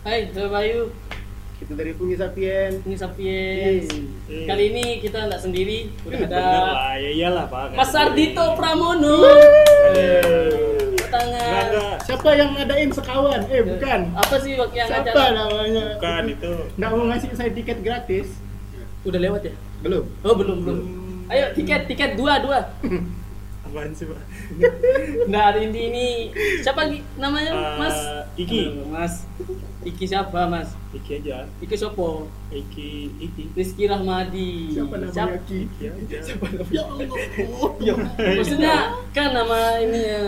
Hai, Dr. Bayu, Kita dari Fungi Sapien. ini Sapiens. Eh, Yeay. Kali ini kita nggak sendiri, udah ada Bener lah, ya iyalah Pak. Nggak Mas Ardito sendiri. Pramono. Aduh. Nggak, Tangan. nggak. Siapa yang ngadain sekawan? Eh, bukan. Apa sih Wak, yang Siapa lah? acara? namanya? Bukan itu. Nggak mau ngasih saya tiket gratis. Udah lewat ya? Belum. Oh, belum, belum. Ayo, tiket, tiket dua, dua. Apaan sih Pak? Nah, hari ini ini siapa Gi? namanya? Ah. Eh, Mas Iki. Aduh, Mas. Iki siapa, Mas? Iki aja. Iki Sopo. Iki, Iki. Rizky Rahmadi. Siapa namanya Iya. Siap- Ki? Iki aja. Ya Allah. Ya Allah. Maksudnya kan nama ini ya.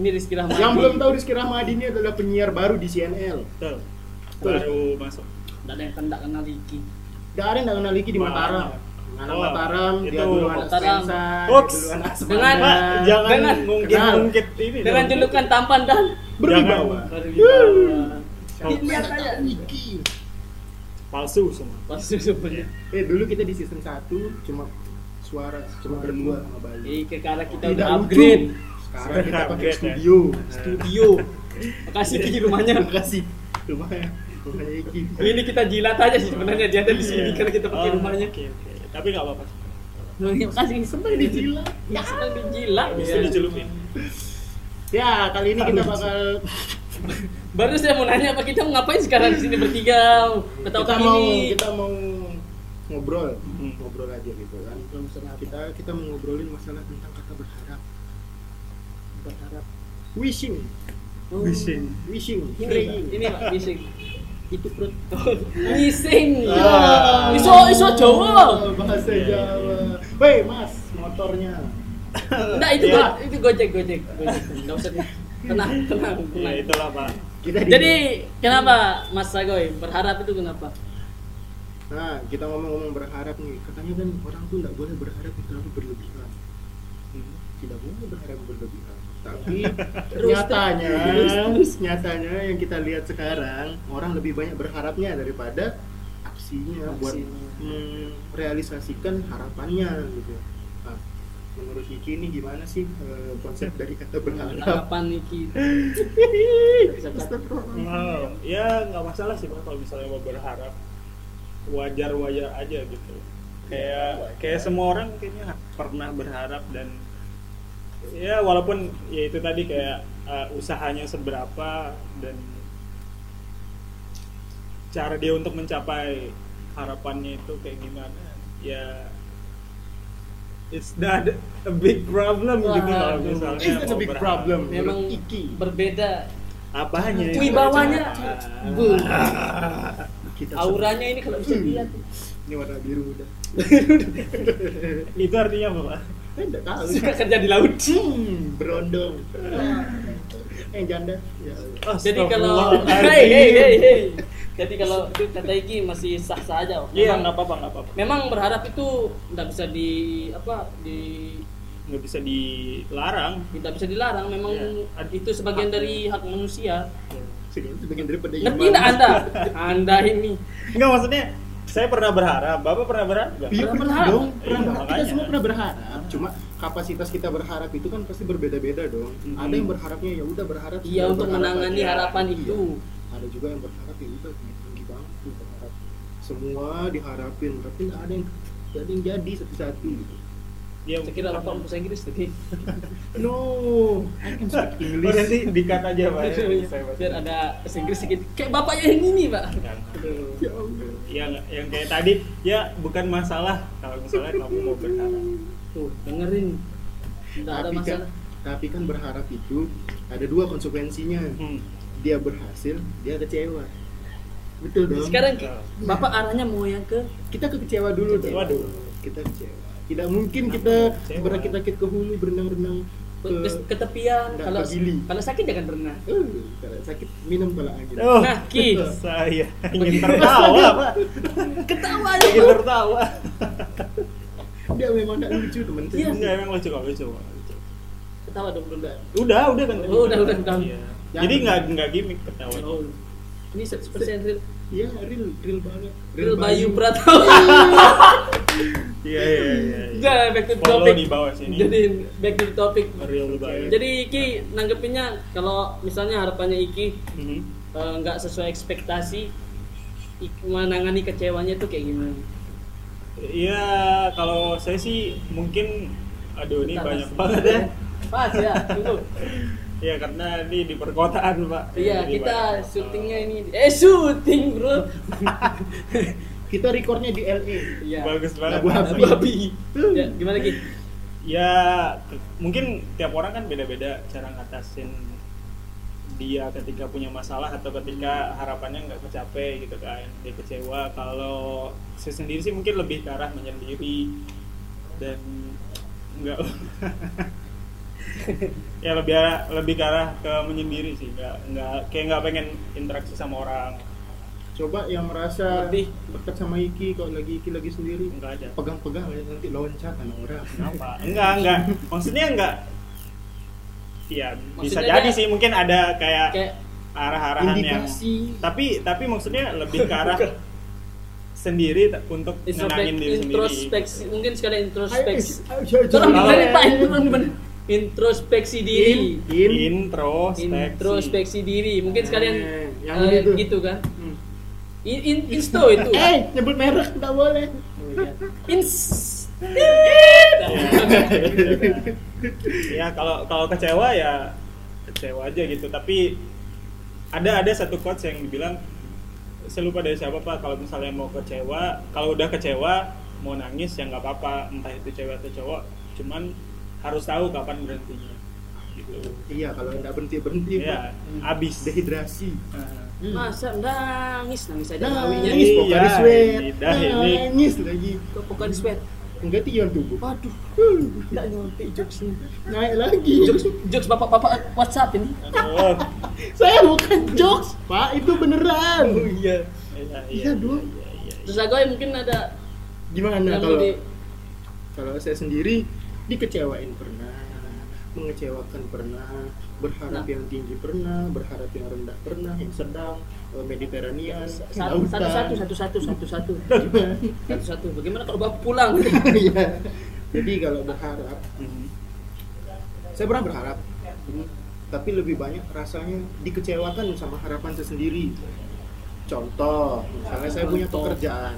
Ini Rizky Rahmadi. Yang belum tahu Rizky Rahmadi ini adalah penyiar baru di CNL. Betul. Baru masuk. Nggak ada yang kan nggak kenal Iki. Gak ada yang nggak kenal Liki di Mataram. Anak Oh, Mataram, dia itu dulu anak Mataram. Spensa, Ups. dia dulu anak Dengan- Semana. Pak, jangan Dengan- ngungkit-ngungkit ini. Dengan dong. julukan tampan dan berwibawa. Jangan. berwibawa. Sok Dilihat aja. Liki. Palsu semua. Palsu sebenarnya. Eh dulu kita di season 1 cuma suara cuma berdua sama Bayu. Jadi ke arah kita Tidak udah lucu. upgrade Sekarang kita pakai Upgrade, ya. studio. studio. Makasih Ki rumahnya. Terima kasih. Rumahnya. Rumahnya Iki. Ini kita jilat aja sih sebenarnya dia ada di sini Iya. karena kita pakai Ah. Oh, rumahnya. Oke, oke. Tapi nggak apa-apa. Terima kasih senang dijilat. Ya, senang dijilat. Iya, Habis Ya. itu dicelupin. Ya, kali ini kita bakal Baru saya mau nanya apa kita mau ngapain sekarang di sini bertiga? Atau kita kali mau ini? kita mau ngobrol, Hmm. ngobrol aja gitu kan. Belum senang kita Kita kita mau ngobrolin masalah tentang kata berharap. berharap. Wishing, Oh. Bising. wishing, Ini, praying. ini Pak bising. Itu perut. Bising. Ah. Iso iso Jawa. Bahasa Iya, iya, Jawa. Woi, Mas, motornya. Enggak itu Iya. go- itu Gojek Gojek. Gojek. Enggak usah. Tenang, tenang, tenang. Ya Iya, itulah Pak. Kita di- Jadi kenapa Mas Sagoy berharap itu kenapa? Nah, kita ngomong-ngomong berharap nih, katanya kan orang tuh nggak boleh berharap yang terlalu berlebihan. Hmm. Tidak boleh berharap berlebihan. Tapi Terus, nyatanya, terus, terus. nyatanya yang kita lihat sekarang, orang lebih banyak berharapnya daripada aksinya buat Aksinya. merealisasikan harapannya gitu. Nah, menurut Iki ini gimana sih eh, konsep dari kata berharap? Harapan Niki. Astagfirullah. Wow, ya nggak masalah sih Pak kalau misalnya mau berharap wajar-wajar aja gitu. Iya, Kayak kayak semua orang kayaknya pernah berharap dan ya walaupun ya itu tadi kayak uh, usahanya seberapa dan cara dia untuk mencapai harapannya itu kayak gimana ya it's not a big problem gitu Wah, kalau aduh. misalnya It's not a mau big berharap. problem. Memang Menurut Iki. berbeda. apanya ya? itu? Wibawanya. Cara. Bu. Kita Auranya ini kalau Hmm. bisa dilihat. ini warna biru udah. itu artinya apa pak? Eh, nggak tahu. Suka kan kerja di laut. Hmm, berondong. Eh, janda. Ya. Jadi kalau Oh, hey, hey, hey, hey. Jadi kalau itu kata Iki masih sah sah aja. iya Memang- nggak apa-apa nggak apa-apa Memang berharap itu nggak bisa di apa di nggak bisa dilarang tidak bisa dilarang. Memang Iya. itu sebagian dari hak manusia. Segini itu bagian daripada Ngerti nggak Anda? Anda ini nggak maksudnya saya pernah berharap bapak pernah berharap nggak? Iya Pernah pernah berharap. dong, Iya, pernah berharap. Kita makanya. semua pernah berharap. Cuma kapasitas kita berharap itu kan pasti berbeda-beda dong. Mhm. Ada yang berharapnya ya udah berharap. iya sudah untuk berharap menangani aja. harapan Iya. itu. Ada juga yang berharap ya udah tinggi, tinggi banget tuh berharap. Semua diharapin, tapi nggak ada yang nggak ada yang jadi satu-satu. gitu. Iya, Saya kira apa? apa bahasa Inggris tadi. No, I can speak oh, English. nanti dikat aja pak ya. Saya pasti- Iya. Biar ada bahasa Inggris sedikit. Kayak bapaknya yang ini, Pak. Yang- Aduh. Ya Allah. yang Iya, yang kayak tadi ya bukan masalah kalau misalnya kamu mau berharap Tuh, dengerin. Tidak ada tapi kan masalah. tapi kan berharap itu ada dua konsekuensinya hmm. dia berhasil dia kecewa betul dong Sekarang Ki, Bapak arahnya mau yang ke kita kecewa dulu dong Waduh. kita kecewa tidak mungkin Kenapa kita kecewa? berakit-akit ke hulu berenang-renang ke ke, ke tepian Nggak kalau peduli. kalau sakit jangan berenang. Eh, kalau sakit minum kalau angin oh Nah, Ki. saya ingin tertawa pak Ketawa aja. ingin Bang. tertawa dia memang nggak lucu teman Iya. nggak emang lucu kok lucu Pak. Lucu. Ketawa dong bunda. udah udah kan Oh, udah, udah, udah. Iya. jadi nggak nggak gimmick ketawa Oh. Ini 100% real. iya real real banget Real Bayu Pratama. iya iya iya, iya Udah back to follow topic. di bawah sini Jadi back to topic. real banget Jadi Iki nanggepinnya kalau misalnya harapannya Iki Mhm. eh, nggak sesuai ekspektasi ik- menangani kecewanya tuh kayak gimana? Iya, kalau saya sih mungkin aduh ini Bentar, banyak Mas. banget ya. Pas ya, cukup. Iya, karena ini di perkotaan, Pak. Iya, Jadi kita banyak. Oh. syutingnya ini. Eh, syuting, Bro. Kita recordnya di LA. Iya. bagus banget. Lagu apa? Babi. Babi. Ya, gimana Ki? Ya, t- mungkin tiap orang kan beda-beda cara ngatasin dia ketika punya masalah atau Hmm. ketika harapannya nggak tercapai gitu kan dia kecewa kalau saya sendiri sih mungkin lebih ke arah menyendiri dan nggak ya lebih arah, lebih ke arah ke menyendiri sih nggak nggak kayak nggak pengen interaksi sama orang Coba yang merasa Lebih. dekat sama Iki kalau lagi Iki lagi sendiri nggak ada pegang-pegang aja, nanti loncat sama orang. Kenapa? Enggak, enggak. Maksudnya enggak. Iya, bisa Maksudnya jadi dia- sih mungkin ada kayak Kayak arah-arahan yang Indikasi. tapi tapi maksudnya lebih ke arah sendiri t- untuk introspek- nenangin diri sendiri. introspeksi, mungkin sekalian introspeksi. Ayo, ayo, ayo, Tolong ayo. dari Pak turun bener. Introspeksi diri. In. In. Introspeksi. Introspeksi diri. Mungkin sekalian Eh, yang eh, ini tuh. gitu kan. Hmm. In, in, insto itu. Oh, iya. Eh, nyebut merek nggak boleh. Ins. Eh. ya kalau kalau kecewa ya kecewa aja gitu tapi ada ada satu quotes yang dibilang saya lupa dari siapa pak kalau misalnya mau kecewa kalau udah kecewa mau nangis ya nggak apa-apa entah itu cewek atau cowok cuman harus tahu kapan berhentinya gitu Iya, kalau nggak berhenti berhenti, ya abis dehidrasi. Masa nangis, Hmm. nangis aja Nah, kawinya. Nangis, Iya, pokoknya Nah, sweat. lidah ini. Nangis lagi. Kok bukan sweat? Enggak tiup tubuh. Waduh, Hmm, nggak nyampe jokesnya. Naik lagi. Jokes, jokes bapak-bapak eh, WhatsApp ini. oh, Saya bukan jokes, Pak. Itu beneran. iya. iya, Iya, dong. iya, iya, iya. Terus aku yang mungkin ada Gimana yang kalau di- kalau saya sendiri dikecewain pernah, mengecewakan pernah, berharap Nah. yang tinggi pernah, berharap yang rendah pernah, yang sedang, eh, Mediterania, satu satu satu satu satu satu satu satu satu bagaimana kalau bapak pulang Iya. Jadi kalau berharap, Mhm. saya pernah berharap, tapi lebih banyak rasanya dikecewakan sama harapan saya sendiri. Contoh, misalnya saya punya Contoh. pekerjaan,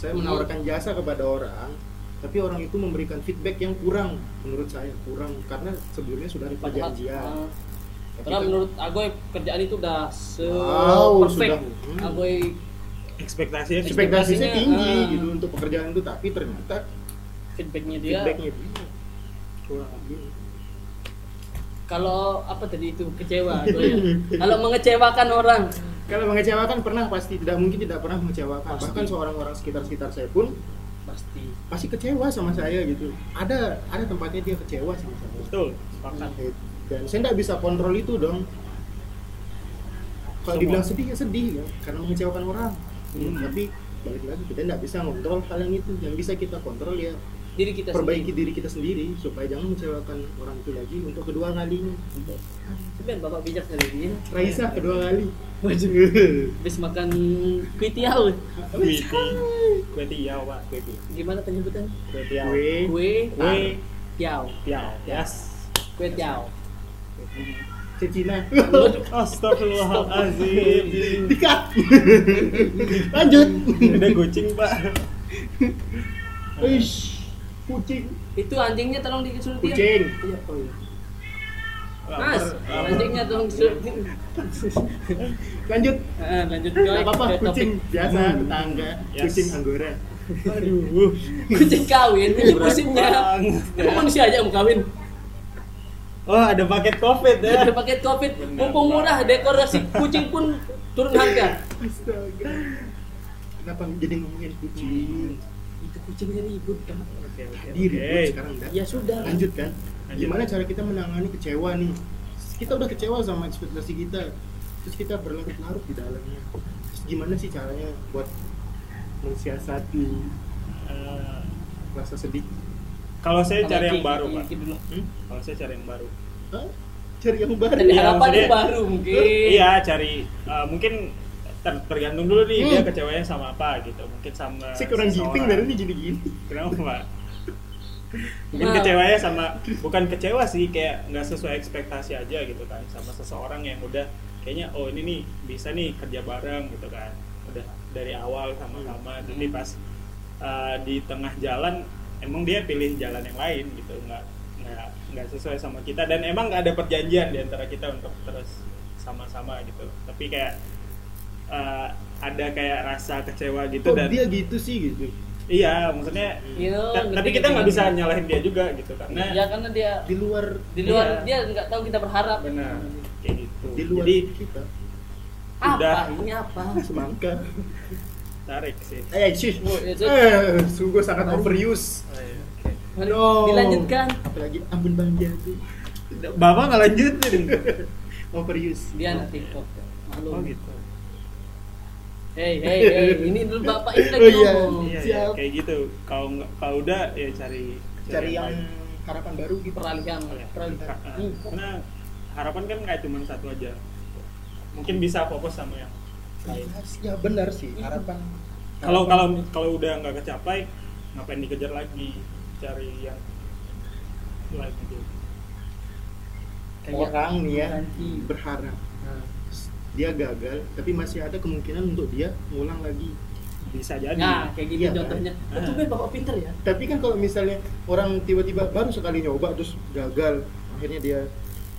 saya Hmm. menawarkan jasa kepada orang, tapi orang itu memberikan feedback yang kurang, menurut saya kurang karena sebelumnya sudah ada Padahal, perjanjian. ah, karena Tapi- menurut Agoy kerjaan itu udah se Wow, perfect sudah. Hmm. Agoy ekspektasinya cukup ekspektasinya ekspektasinya, tinggi ah. Iya. gitu untuk pekerjaan itu, tapi ternyata feedbacknya dia feedbacknya dia kurang. kalau apa tadi itu kecewa Agoy ya. kalau mengecewakan orang Kalau mengecewakan pernah pasti tidak mungkin tidak pernah mengecewakan. Pasti. Bahkan seorang orang sekitar-sekitar saya pun pasti pasti kecewa sama saya gitu. Ada ada tempatnya dia kecewa sama saya. betul sepakat Dan saya tidak bisa kontrol itu dong. Kalau Semua. dibilang sedih ya sedih ya, karena mengecewakan orang. Hmm. Tapi balik lagi kita tidak bisa kontrol hal yang itu. Yang bisa kita kontrol ya diri kita perbaiki sendiri. diri kita sendiri supaya jangan mengecewakan orang itu lagi untuk kedua kalinya. Sebenarnya bapak bijak kali ini Raisa Iya. kedua kali. habis makan kue tiaw kue kue tiaw pak kue tiaw gimana penyebutan kue tiaw Kue. kue kue tiaw tiaw yes kue tiaw Cecina. Astagfirullahaladzim Dikat. Lanjut. Ada kucing pak Ish. Kucing. itu anjingnya tolong disuruh dia Kucing. Iya, oh iya. Mas, Lapar, lapar. anjingnya tolong disuruh. Lanjut. Ah, lanjut Gak Joy, apa-apa, ke topik. kucing biasa Hmm. tetangga, Yes. kucing anggora. Aduh Kucing kawin, ini musimnya. banget. Emang manusia aja yang kawin. Oh ada paket covid ya Ada paket covid, Benar, mumpung Pak. murah, dekorasi kucing pun turun harga. Astaga. Kenapa jadi ngomongin kucing? Itu kucingnya ribut kan? Oke, oke, Diri oke. okay. sekarang dah. Ya sudah. Lanjut kan? Lanjut. Gimana cara kita menangani kecewa nih? Kita udah kecewa sama ekspektasi kita. Terus kita berlarut-larut di dalamnya. Terus gimana sih caranya buat mensiasati Eh, rasa sedih? Kalau saya Sama cari yang Ki- baru Ki- pak Iya, Ki dulu. Hmm? Kalau saya cari yang baru Hah? Cari yang baru. Dari harapan maksudnya- yang baru mungkin. Iya cari eh, Mungkin ter- tergantung dulu nih Hmm. dia kecewanya sama apa gitu Mungkin sama Saya kurang seseorang. giting dari ini jadi gini. Kenapa pak? Mungkin Nah. kecewanya sama bukan kecewa sih kayak nggak sesuai ekspektasi aja gitu kan sama seseorang yang udah kayaknya oh ini nih bisa nih kerja bareng gitu kan udah dari awal sama-sama jadi pas uh, di tengah jalan emang dia pilih jalan yang lain gitu nggak nggak nggak sesuai sama kita dan emang nggak ada perjanjian di antara kita untuk terus sama-sama gitu tapi kayak uh, ada kayak rasa kecewa gitu Kok dan dia gitu sih gitu. iya maksudnya Iya, ngerti, ta- Nah, tapi kita ngerti, nggak bisa ngerti. nyalahin dia juga gitu karena ya karena dia Di luar di luar Iya. dia nggak tahu kita berharap benar kayak gitu di luar jadi kita Ah, apa udah. ini apa semangka. tarik sih Eh, sih. Oh, iya, sih. Eh, sungguh sangat overuse. Oh, iya. No. dilanjutkan Apalagi Ambon Bangja itu bapak nggak lanjutin overuse. dia anak tiktok maklum oh gitu hey hey hey ini dulu bapak ini Oh, lagi iya. ngomong iya, iya, Siap. kayak gitu kalau nggak kalau udah ya cari Cari yang ya. lain. harapan baru gitu. peralihan Iya. peralihan Ka- Hmm. karena harapan kan nggak cuma satu aja mungkin bisa fokus sama yang lain Ya benar sih, Iya. harapan. kalau kalau kalau udah nggak kecapai ngapain dikejar lagi cari yang lain gitu Kayak orang nih ya nanti. berharap dia gagal tapi masih ada kemungkinan untuk dia ngulang lagi bisa jadi nah kayak gitu Iya, kan? contohnya Ah. itu kan bapak pinter ya tapi kan kalau misalnya orang tiba-tiba baru sekali nyoba terus gagal akhirnya dia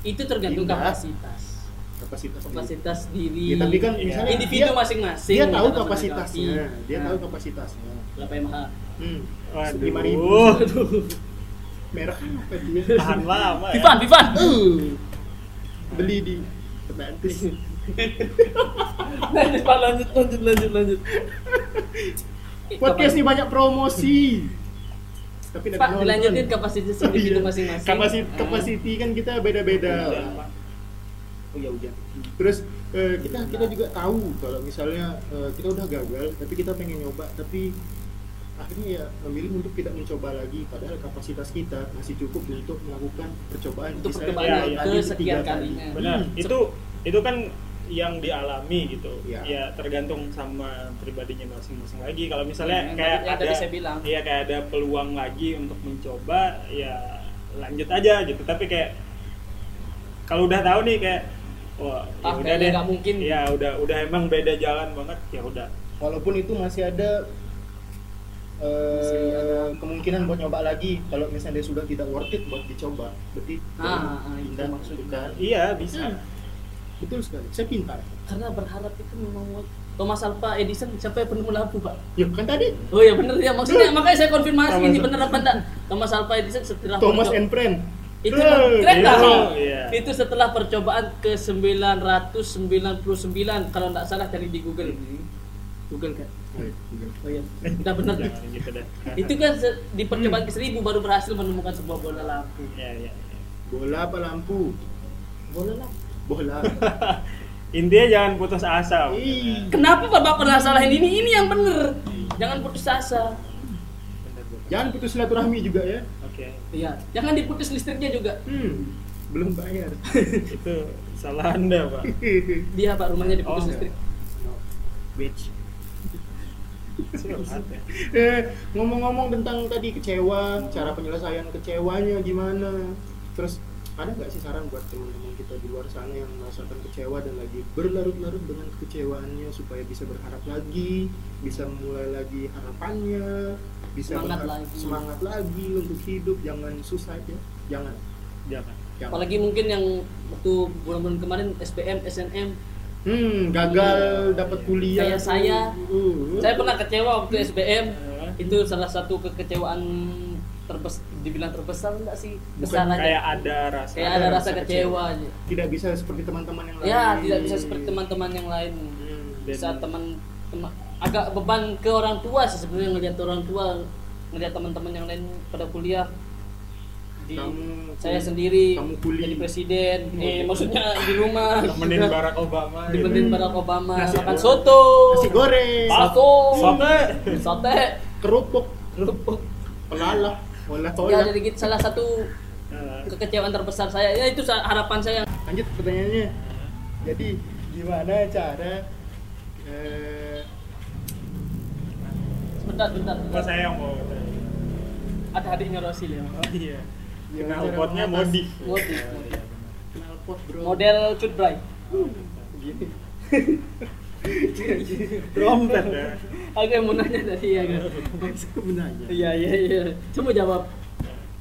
itu tergantung Pintar. kapasitas kapasitas dia. kapasitas diri Ya, tapi kan Iya. misalnya individu dia, masing-masing dia tahu dalam kapasitasnya menanggapi. dia Nah, tahu kapasitasnya berapa yang mahal hmm. waduh 5.000. merek apa dia tahan lama ya Vivan Vivan Eh, beli di Atlantis lanjut Pak, lanjut lanjut lanjut lanjut podcast ini banyak promosi tapi Pak, nggak Pak nonton. dilanjutin kapasitas Oh, iya. individu masing-masing Kapasi- Ah. kapasiti kan kita beda-beda. Udah, Iya, Pak. Oh iya hujan. Hmm. Terus Iya, eh, kita kita juga tahu kalau misalnya eh, kita udah gagal tapi kita pengen nyoba tapi akhirnya ya memilih untuk tidak mencoba lagi padahal kapasitas kita masih cukup untuk melakukan percobaan Untuk Misalnya percobaan dua yang kali, kesekian tiga kali. kalinya. benar Hmm. itu itu kan yang dialami gitu Iya. ya tergantung sama pribadinya masing-masing lagi kalau Yang misalnya tadi- kayak Hmm, yang ada tadi saya bilang. iya kayak ada peluang lagi untuk mencoba ya lanjut aja gitu tapi kayak kalau udah tahu nih kayak wah ya Ah, udah kayaknya deh nggak mungkin. ya udah udah emang beda jalan banget ya udah walaupun itu masih ada eh, kemungkinan buat nyoba lagi kalau misalnya dia sudah tidak worth it buat dicoba berarti Ah, ah, itu pindah maksudnya. gitu kan. iya bisa Hmm. betul sekali saya pintar karena berharap itu memang Thomas Alva Edison siapa yang penemu lampu Pak ya kan tadi Oh iya bener ya maksudnya makanya saya konfirmasi Thomas- ini bener apa enggak Thomas Alva Edison setelah Thomas perco- and Friend itu Eh, keren iya, nggak, Pak? iya. itu setelah percobaan ke 999 kalau nggak salah cari di Google Google kan oh iya udah bener jangan gitu deh itu kan se- di percobaan ke 1000 baru berhasil menemukan sebuah bola lampu ya, ya, ya. bola apa lampu bola Iya. lampu bola intinya jangan putus asa Ih, kenapa Pak Bapak pernah salahin ini ini yang bener jangan putus asa Bener, bener. jangan putus silaturahmi juga ya oke iya jangan diputus listriknya juga hmm belum bayar itu salah anda pak dia Pak rumahnya diputus Oh, listrik bitch Curhat ya. Eh, ngomong-ngomong tentang tadi kecewa, cara penyelesaian kecewanya gimana? Terus ada nggak sih saran buat teman-teman kita di luar sana yang merasakan kecewa dan lagi berlarut-larut dengan kecewaannya supaya bisa berharap lagi, bisa mulai lagi harapannya, bisa Semangat berharap- lagi. semangat lagi untuk hidup, jangan susah ya, jangan, jangan jangan. apalagi mungkin yang waktu bulan-bulan kemarin SPM SNM Hmm, gagal dapat kuliah. Kayak saya. Uh, uh. saya pernah kecewa waktu SBM Eh, itu salah satu kekecewaan terbes dibilang terbesar enggak sih besar Bukan aja kayak ada rasa ya. kayak ada rasa kecewa aja tidak bisa seperti teman-teman yang lain. ya tidak bisa seperti teman-teman yang lain Hmm. bisa teman teman agak beban ke orang tua sih sebenarnya ngelihat orang tua ngelihat teman-teman yang lain pada kuliah di Kamu- saya sendiri kamu kuliah. jadi presiden eh maksudnya di rumah temenin Barack Obama gitu. dimenin Barack Obama Nasi makan goreng. soto Nasi goreng, Soto. Sote. Sote. kerupuk, Kerupuk. pelalah, olah Ya tolak. jadi gitu salah satu Eh, kekecewaan terbesar saya. Ya itu sa- harapan saya. Lanjut pertanyaannya. Jadi gimana cara eh, Sebentar, bentar. apa saya yang mau tanya? Ada adiknya Rosil ya. oh iya gimana kenal potnya Iya, mengatasi- modif Modif. Knalpot, bro. Model cut bright. gini trompet ya Aku yang mau nanya tadi ya kan. aku menanya Iya iya iya. Coba jawab.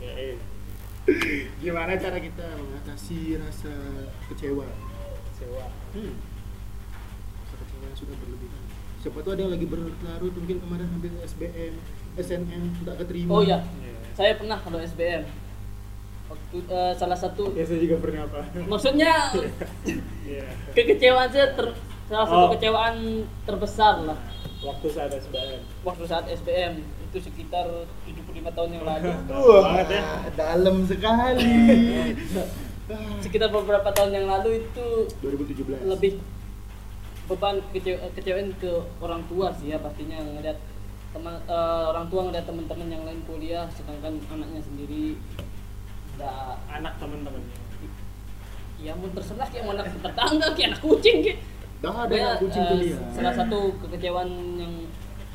Oke. gimana cara kita mengatasi rasa kecewa sewa hmm. rasa kecewa yang sudah berlebihan siapa tuh ada yang lagi berlarut mungkin kemarin ambil SBM SNM nggak keterima Oh iya, Iya. saya pernah kalau SBM. Waktu eh, salah satu ya saya juga pernah pak maksudnya Iya. kekecewaan saya ter, salah satu Oh. kecewaan terbesar lah waktu saya ada SBM waktu saat SBM itu sekitar 75 tahun yang lalu Wah, banget ya. dalam sekali sekitar beberapa tahun yang lalu itu 2017 lebih beban kecewa, kecewaan ke orang tua sih ya pastinya ngeliat teman eh, orang tua ngeliat teman-teman yang lain kuliah sedangkan anaknya sendiri nggak anak teman-temannya ya mau terserah kayak mau anak tetangga kayak anak kucing kayak dah ada Pokoknya, yang kucing iya. eh, kuliah salah satu kekecewaan yang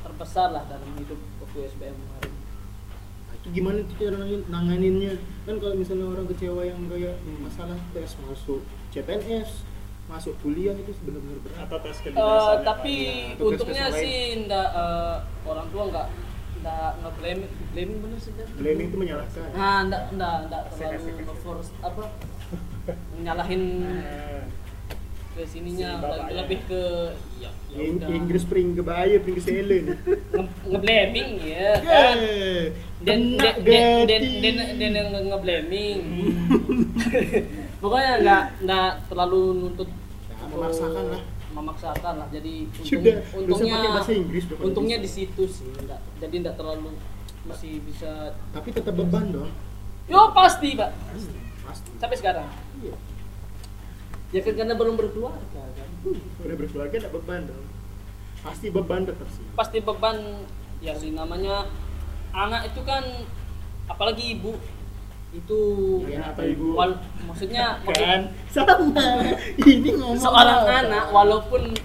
terbesar lah dalam hidup ya waktu SBM kemarin Nah, itu gimana tuh cara nangin- nanganinnya kan kalau misalnya orang kecewa yang kayak masalah tes masuk CPNS masuk kuliah itu sebenarnya berat atau tes Iya. Eh, kedinasan tapi Pak. untungnya Tugas-tugas sih ndak eh, orang tua nggak ndak nggak blaming blaming bener sih Jan? blaming itu menyalahkan nah ndak ndak ndak Asik, asik, terlalu asik. force apa menyalahin Iya. ke Si sininya bapaknya. lagi lebih ke ya, ya Ing- udah. Inggris spring kebaya Inggris Ellen Nge- ngeblaming Iya, ya kan Yeay. dan Kena dan dan dan Getty. dan- dan yang nge- ngeblaming pokoknya nggak nggak terlalu nuntut Ya, untuk- memaksakan lah. memaksakan lah jadi untung, Sudah, nggak usah untungnya pakai bahasa Inggris dong kalau untungnya di bisa. situ sih nggak jadi nggak terlalu masih bisa tapi tetap beban dong yo pasti pak pasti pasti sampai sekarang iya ya kan karena belum berkeluarga kan udah berkeluarga ada beban dong pasti beban tetap sih pasti beban yang namanya anak itu kan apalagi ibu itu Ya, apa ibu? wal- maksudnya maksud- kan sama ini ngomong seorang apa? anak walaupun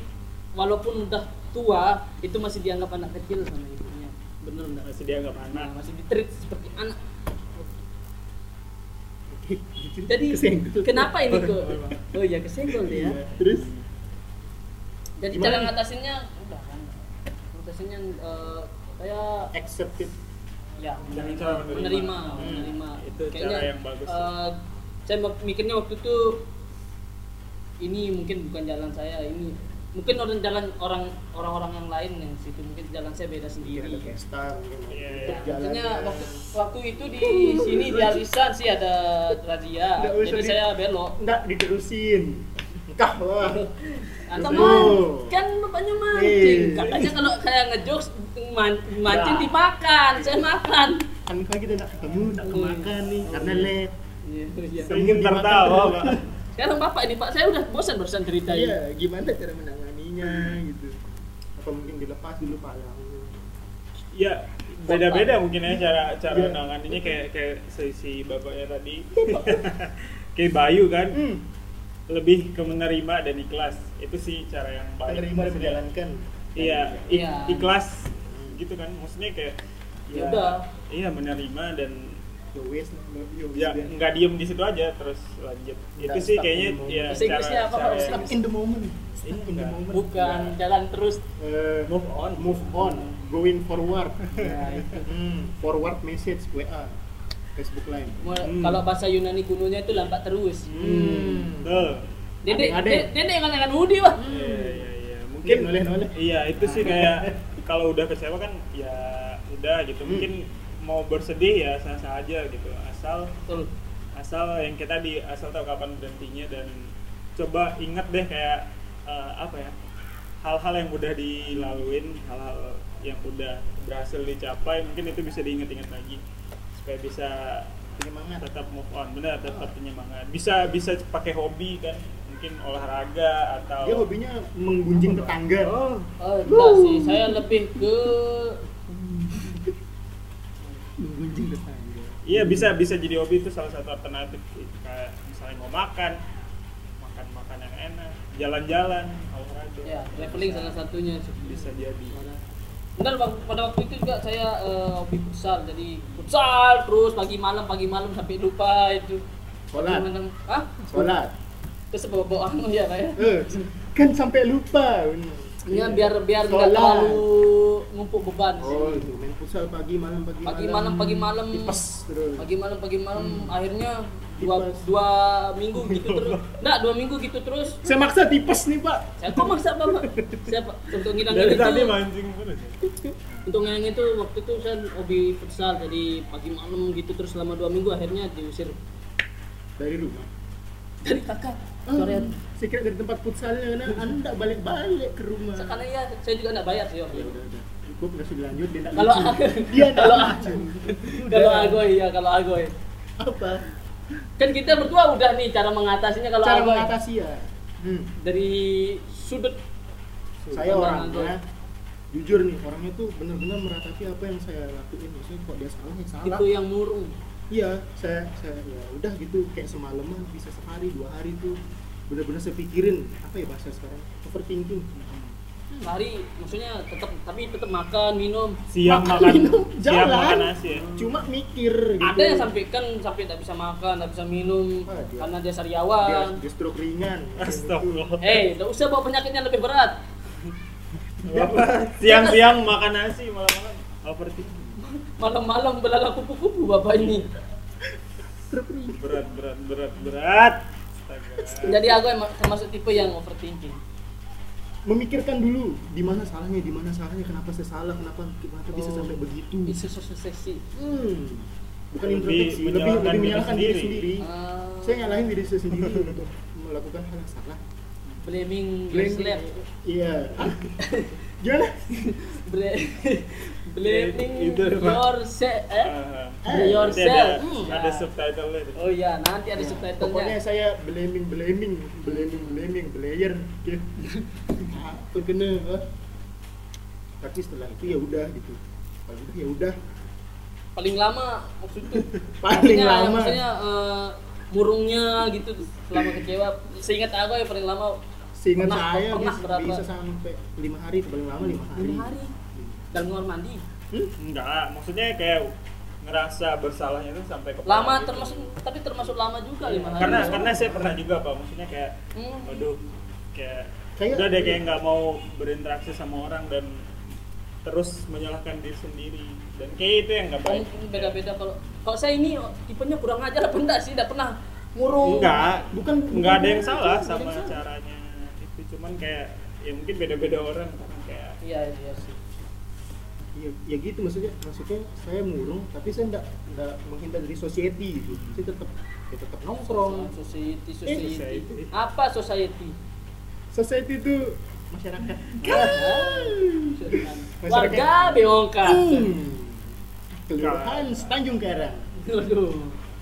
walaupun udah tua itu masih dianggap anak kecil sama ibunya bener nggak masih dianggap nah, anak masih ditreat seperti anak jadi jadi kesenggol kenapa ini kok oh ya kesenggol Iya. dia terus jadi Gimana? cara ngatasinnya udah kan ngatasinnya eh, saya accept it ya Jangan menerima cara menerima. menerima, Hmm, menerima. itu cara yang bagus. eh, saya mak- mikirnya waktu itu ini mungkin bukan jalan saya ini mungkin orang jalan orang orang orang yang lain yang situ mungkin jalan saya Iya, beda ada sendiri pesta mungkin. Iya, Ya, Untuk iya. jalan. maksudnya waktu, waktu itu di sini di Alisan sih ada razia Nggak usah jadi di- saya belok Nggak diterusin. Entah lah. Anda Terus? man, Oh. kan bapaknya mancing. Eh. Katanya kalau saya ngejokes man, mancing dimakan, saya makan. Kan kan kita nggak ketemu, nggak kemakan nih, karena let. Iya, iya. Sem- ingin tertawa pak Sekarang bapak ini pak, saya udah bosan barusan cerita Iya, ini. gimana cara menanganinya gitu. Apa mungkin dilepas dulu palangnya. ya beda-beda mungkin ya cara cara Iya. nanganinya kayak kayak si, si bapaknya tadi kayak Bayu kan Hmm, lebih ke menerima dan ikhlas itu sih cara yang paling menerima dan menjalankan. iya ik- Iya. ikhlas gitu kan maksudnya kayak Ya udah. iya menerima dan Yo wes, no, yo wes. ya biar- nggak diem di situ aja terus lanjut itu Nggak sih stuck kayaknya in the ya moment. Bahasa Inggrisnya apa, Pak? yang- Stuck in the moment. Stuck in the Iya. moment. Bukan jalan terus. Eh, move on move on, going forward. Ya, itu. Hmm, forward message WA, Facebook Live. Mau- Hmm. Kalau bahasa Yunani kunonya itu lambat terus. Hmm. Betul. Dedek, Adik-adik. dedek dedek yang akan Udi wah. Iya, iya, iya. mungkin Mungkin oleh-oleh. iya itu sih kayak kalau udah kecewa kan ya udah gitu Hmm. mungkin mau bersedih ya sah-sah aja gitu asal Betul. asal yang kita di asal tahu kapan berhentinya dan coba ingat deh kayak eh, apa ya hal-hal yang udah dilaluin hal-hal yang udah berhasil dicapai mungkin itu bisa diingat-ingat lagi supaya bisa Penyemangat. tetap move on benar tetap Oh. penyemangat bisa bisa pakai hobi kan mungkin olahraga atau Dia hobinya menggunjing tetangga. oh Oh, enggak sih, saya lebih ke Menggunjing tetangga. Iya bisa bisa jadi hobi itu salah satu alternatif kayak misalnya mau makan makan makan yang enak jalan-jalan olahraga ya traveling Bisa- salah satunya sih. bisa jadi Benar Bang, pada waktu itu juga saya eh, hobi futsal. Jadi futsal terus pagi malam pagi malam sampai lupa itu. Sholat. Menang- Hah? Sholat. Terus bawa-bawa anu ya, Pak ya. Eh, kan sampai lupa Ya, biar biar Iya. nggak Sholat. terlalu numpuk beban sih. oh itu main futsal pagi malam pagi, Pagi malam pagi malam tipes terus pagi malam pagi malam akhirnya dua Tipes. dua minggu gitu terus. Nggak dua minggu gitu terus. saya maksa tipes nih pak Saya kok maksa apa Pak? Siapa? Untuk ngilangin Dari tadi itu. mancing terus. ya. Untuk ngilangin itu waktu itu saya hobi futsal jadi pagi malam gitu terus selama dua minggu akhirnya diusir dari rumah dari kakak. Ah, Sore saya kira dari tempat futsalnya karena anda nggak balik-balik ke rumah sekarang ya saya juga nggak bayar sih waktu ya itu. udah udah cukup nggak usah dilanjut dia nggak Kalau lucu aku- dia nggak kalau lucu Kalau agoy ya kalau agoy. apa Kan kita berdua udah nih cara mengatasinya kalau cara agoy mengatasi ya hmm. dari sudut saya Tentang orangnya agoy. jujur nih orangnya tuh bener-bener meratapi apa yang saya lakuin maksudnya kok dia salah ya salah itu yang murung. iya saya saya ya udah gitu kayak semalaman bisa sehari dua hari tuh bener-bener saya pikirin apa ya bahasa sekarang overthinking Lari maksudnya tetap tapi tetap makan minum. Siap Makan, makan, minum, siap jalan. makan nasi ya. cuma mikir gitu. Ada yang sampai kan sampai tidak bisa makan, tidak bisa minum Ah, dia- karena dia dia, sariawan. dia stroke ringan Astagfirullah. Eh, tidak usah bawa penyakitnya lebih berat. Apa? Siang-siang makan nasi malam-malam overthinking. Malam-malam belalang kupu-kupu bapak ini. stroke ringan Berat, berat, berat, berat. Astaga. Jadi aku emang termasuk tipe yang overthinking. memikirkan dulu di mana salahnya di mana salahnya kenapa saya salah kenapa kenapa bisa Oh. sampai begitu Isu sesi. hmm. bukan Lebih introspeksi lebih menyalahkan lebih menyalahkan diri diri sendiri. sendiri saya Ah, nyalahin diri saya sendiri untuk melakukan hal yang salah blaming Blame- yourself. iya Hah? gimana Bla- blaming Itu, Pak. yourself. Eh? Ah, Eh, nanti ada, Yourself. Hmm. ada subtitle-nya. tuh. Oh iya, nanti ada Ya, pokoknya subtitlenya. saya blaming blaming blaming blaming player aku kena ah. tapi setelah itu ya udah gitu kalau udah ya udah Paling lama maksudnya paling Maksudnya- lama maksudnya eh, murungnya gitu selama kecewa seingat aku ya paling lama seingat pernah- saya pernah bis- berapa? bisa sampai lima hari paling lama lima hari, lima hari dan keluar mandi Hmm? Enggak, maksudnya kayak ngerasa bersalahnya itu sampai kepala lama gitu. termasuk tapi termasuk lama juga lima hari Hmm. karena karena saya pernah juga pak maksudnya kayak aduh kayak Kayak- udah deh kayak nggak mau berinteraksi sama orang dan terus menyalahkan diri sendiri dan kayak itu yang nggak baik mungkin beda-beda kalau kalau saya ini oh, tipenya kurang ajar apa enggak sih enggak pernah murung enggak Oh. bukan nggak ada yang salah Nggak ada sama yang salah. caranya itu cuman kayak ya mungkin beda-beda orang kan kayak iya iya sih ya, ya gitu maksudnya maksudnya saya murung tapi saya enggak enggak menghindar dari society gitu saya tetap ya tetap nongkrong society society. society apa society society itu masyarakat warga beongka Hmm. kelurahan Tanjung Karang Aduh.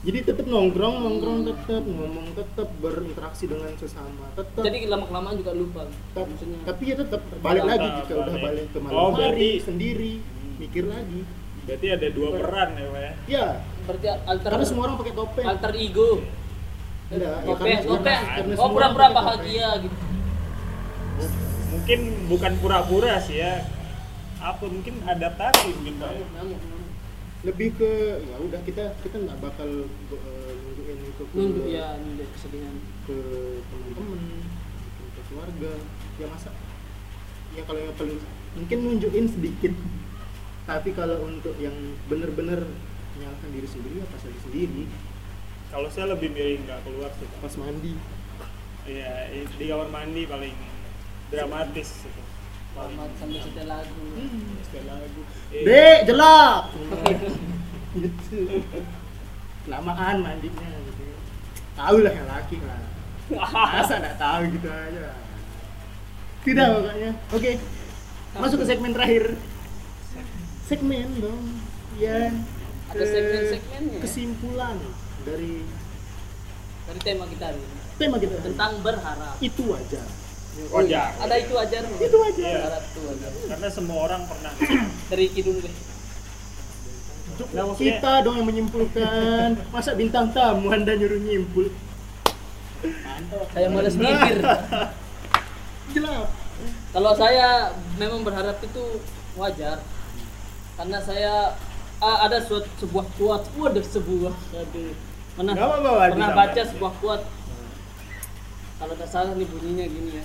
jadi tetap nongkrong nongkrong tetap ngomong tetap berinteraksi dengan sesama tetap jadi lama kelamaan juga lupa tetap- maksudnya tapi ya tetap balik lagi Tetap jika udah balik. balik ke malam Oh, hari berarti- sendiri Hmm. mikir lagi berarti ada dua peran ya pak ya ya berarti alter karena semua orang pakai topeng alter ego Enggak, ya topeng karena- topeng karena oh semua ya? pura-pura orang pakai bahagia gitu mungkin bukan pura-pura sih ya apa mungkin adaptasi mungkin pak ya? Namun, namun. lebih ke ya udah kita kita nggak bakal eh, nunjukin itu ke nunduk ya nunduk kesedihan ke teman-teman mungkin ke keluarga ya masa ya kalau yang paling mungkin nunjukin sedikit tapi kalau untuk yang bener-bener menyalahkan diri sendiri ya pas diri sendiri kalau saya lebih milih nggak keluar sih Pak. pas mandi Iya, i- di kamar mandi paling dramatis itu. Paling Selamat sambil setel lagu segala lagu Iya. dek jelap gitu kelamaan mandinya gitu tahu lah yang laki lah masa nggak tahu gitu aja tidak pokoknya oke masuk ke segmen terakhir segmen dong ya Ada ke- segmen-segmennya. kesimpulan dari dari tema kita hari ini tema kita hari ini. tentang berharap itu aja Wajar. ada itu aja itu aja Iya. berharap itu aja Karena semua orang pernah. dari kidul deh Nah, maksudnya- kita dong yang menyimpulkan masa bintang tamu anda nyuruh nyimpul saya males mikir jelap kalau saya memang berharap itu wajar karena saya ah, ada suat, sebuah kuat waduh sebuah aduh pernah Nggak apa-apa, Wadi, pernah sampai. baca sebuah kuat kalau nggak salah nih bunyinya gini ya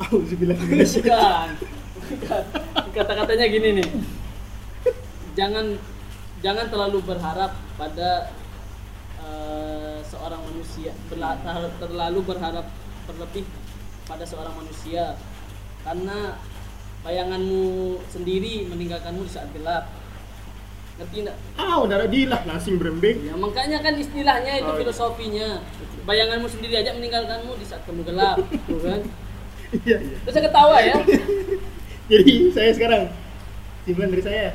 Auzubillah minasy- bukan bukan kata-katanya gini nih jangan jangan terlalu berharap pada eh, seorang manusia Berla- ter- terlalu berharap berlebih pada seorang manusia karena bayanganmu sendiri meninggalkanmu di saat gelap ngerti nggak? Ah, udara dilah langsing berembing. Ya, makanya kan istilahnya itu Oh, iya. filosofinya bayanganmu sendiri aja meninggalkanmu di saat kamu gelap tuh kan Iya, iya. terus saya ketawa ya Jadi saya sekarang simpulan dari saya.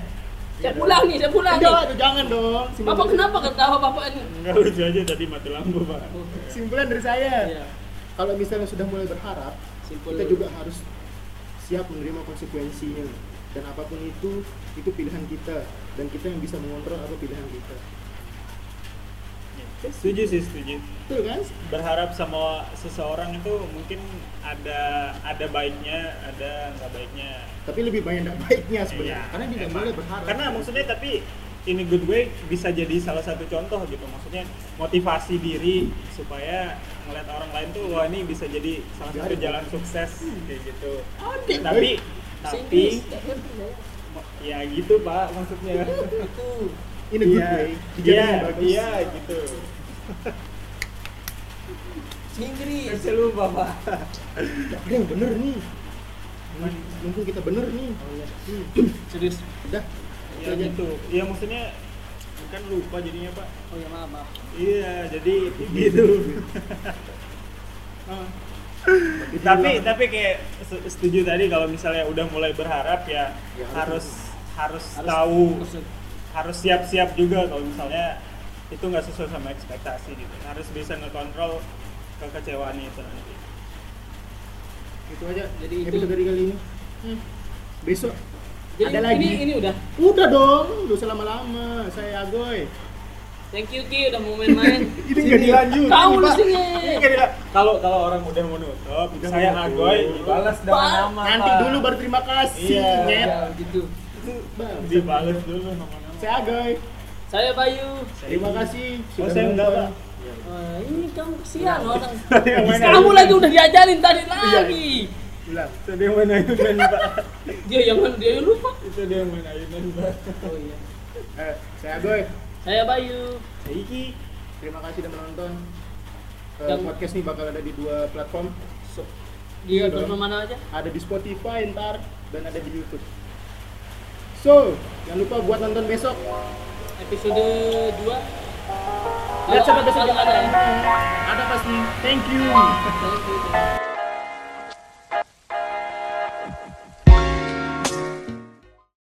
saya pulang nih saya pulang nih Enggak, aduh, jangan dong. Simpulan Bapak dari- kenapa ketawa bapak ini? Enggak lucu aja tadi mati lampu pak. Oh, Simpulan dari saya. Iya, Kalau misalnya sudah mulai berharap, simpul. kita juga harus siap menerima konsekuensinya dan apapun itu itu pilihan kita dan kita yang bisa mengontrol apa pilihan kita Ya, Setuju sih setuju. betul kan Berharap sama seseorang itu mungkin ada ada baiknya, ada nggak baiknya. tapi lebih banyak tidak baiknya sebenarnya Iya, karena tidak emang. boleh berharap Karena maksudnya kan- tapi in a good way bisa jadi salah satu contoh gitu. Maksudnya motivasi diri supaya ngeliat orang lain tuh wah ini bisa jadi salah satu Jadi. jalan sukses kayak gitu. Adik, Tapi eh. tapi ya gitu Pak maksudnya. in a good Iya, way Iya, dijadikan bagus iya gitu. Inggris. Saya lupa Pak. Nggak ada yang bener nih mungkin kita bener nih Serius. udah Ya Itu aja. gitu. Ya maksudnya bukan lupa jadinya Pak. Oh ya maaf maaf. Iya, jadi gitu. Ah. tapi tapi kayak se- setuju tadi kalau misalnya udah mulai berharap ya, Ya, harus harus- harus, Harus- tahu harus- harus siap-siap juga kalau misalnya itu nggak sesuai sama ekspektasi gitu. Harus bisa ngekontrol kekecewaan itu nanti. itu Gitu aja Jadi jadi itu- episode dari kali ini besok Jadi Ada ini lagi. ini udah. udah dong udah usah lama-lama saya agoy Thank you Ki udah mau main-main. ini nggak Sini. dilanjut Kau ini, lu Pak. sini. Ini kan dia, kalau kalau orang udah mau nutup, Udah saya mau nutup. agoy dibalas dengan Pak, nama. nanti Pak. dulu baru terima kasih Iya. nyet Ya, gitu. Bang, dibalas dulu nama-nama. saya agoy Saya Bayu. terima kasih Oh, saya enggak, nonton. Pak. Wah, ini kamu kesian orang. Yang mana? Kamu lagi udah diajarin tadi Iya, lagi. ulang Itu dia yang main ayunan, Pak. Dia yang mana? dia yang lupa. Itu dia yang main ayunan, Pak. Oh iya. eh, saya agoy Saya Bayu. Iki. terima kasih sudah menonton Eh, Yang- podcast ini bakal ada di dua platform So, di Iya dong. platform mana aja? ada di Spotify ntar dan ada di YouTube so jangan lupa buat nonton besok Episode 2. lihat sampai besok ada. ada pasti thank you Thank you.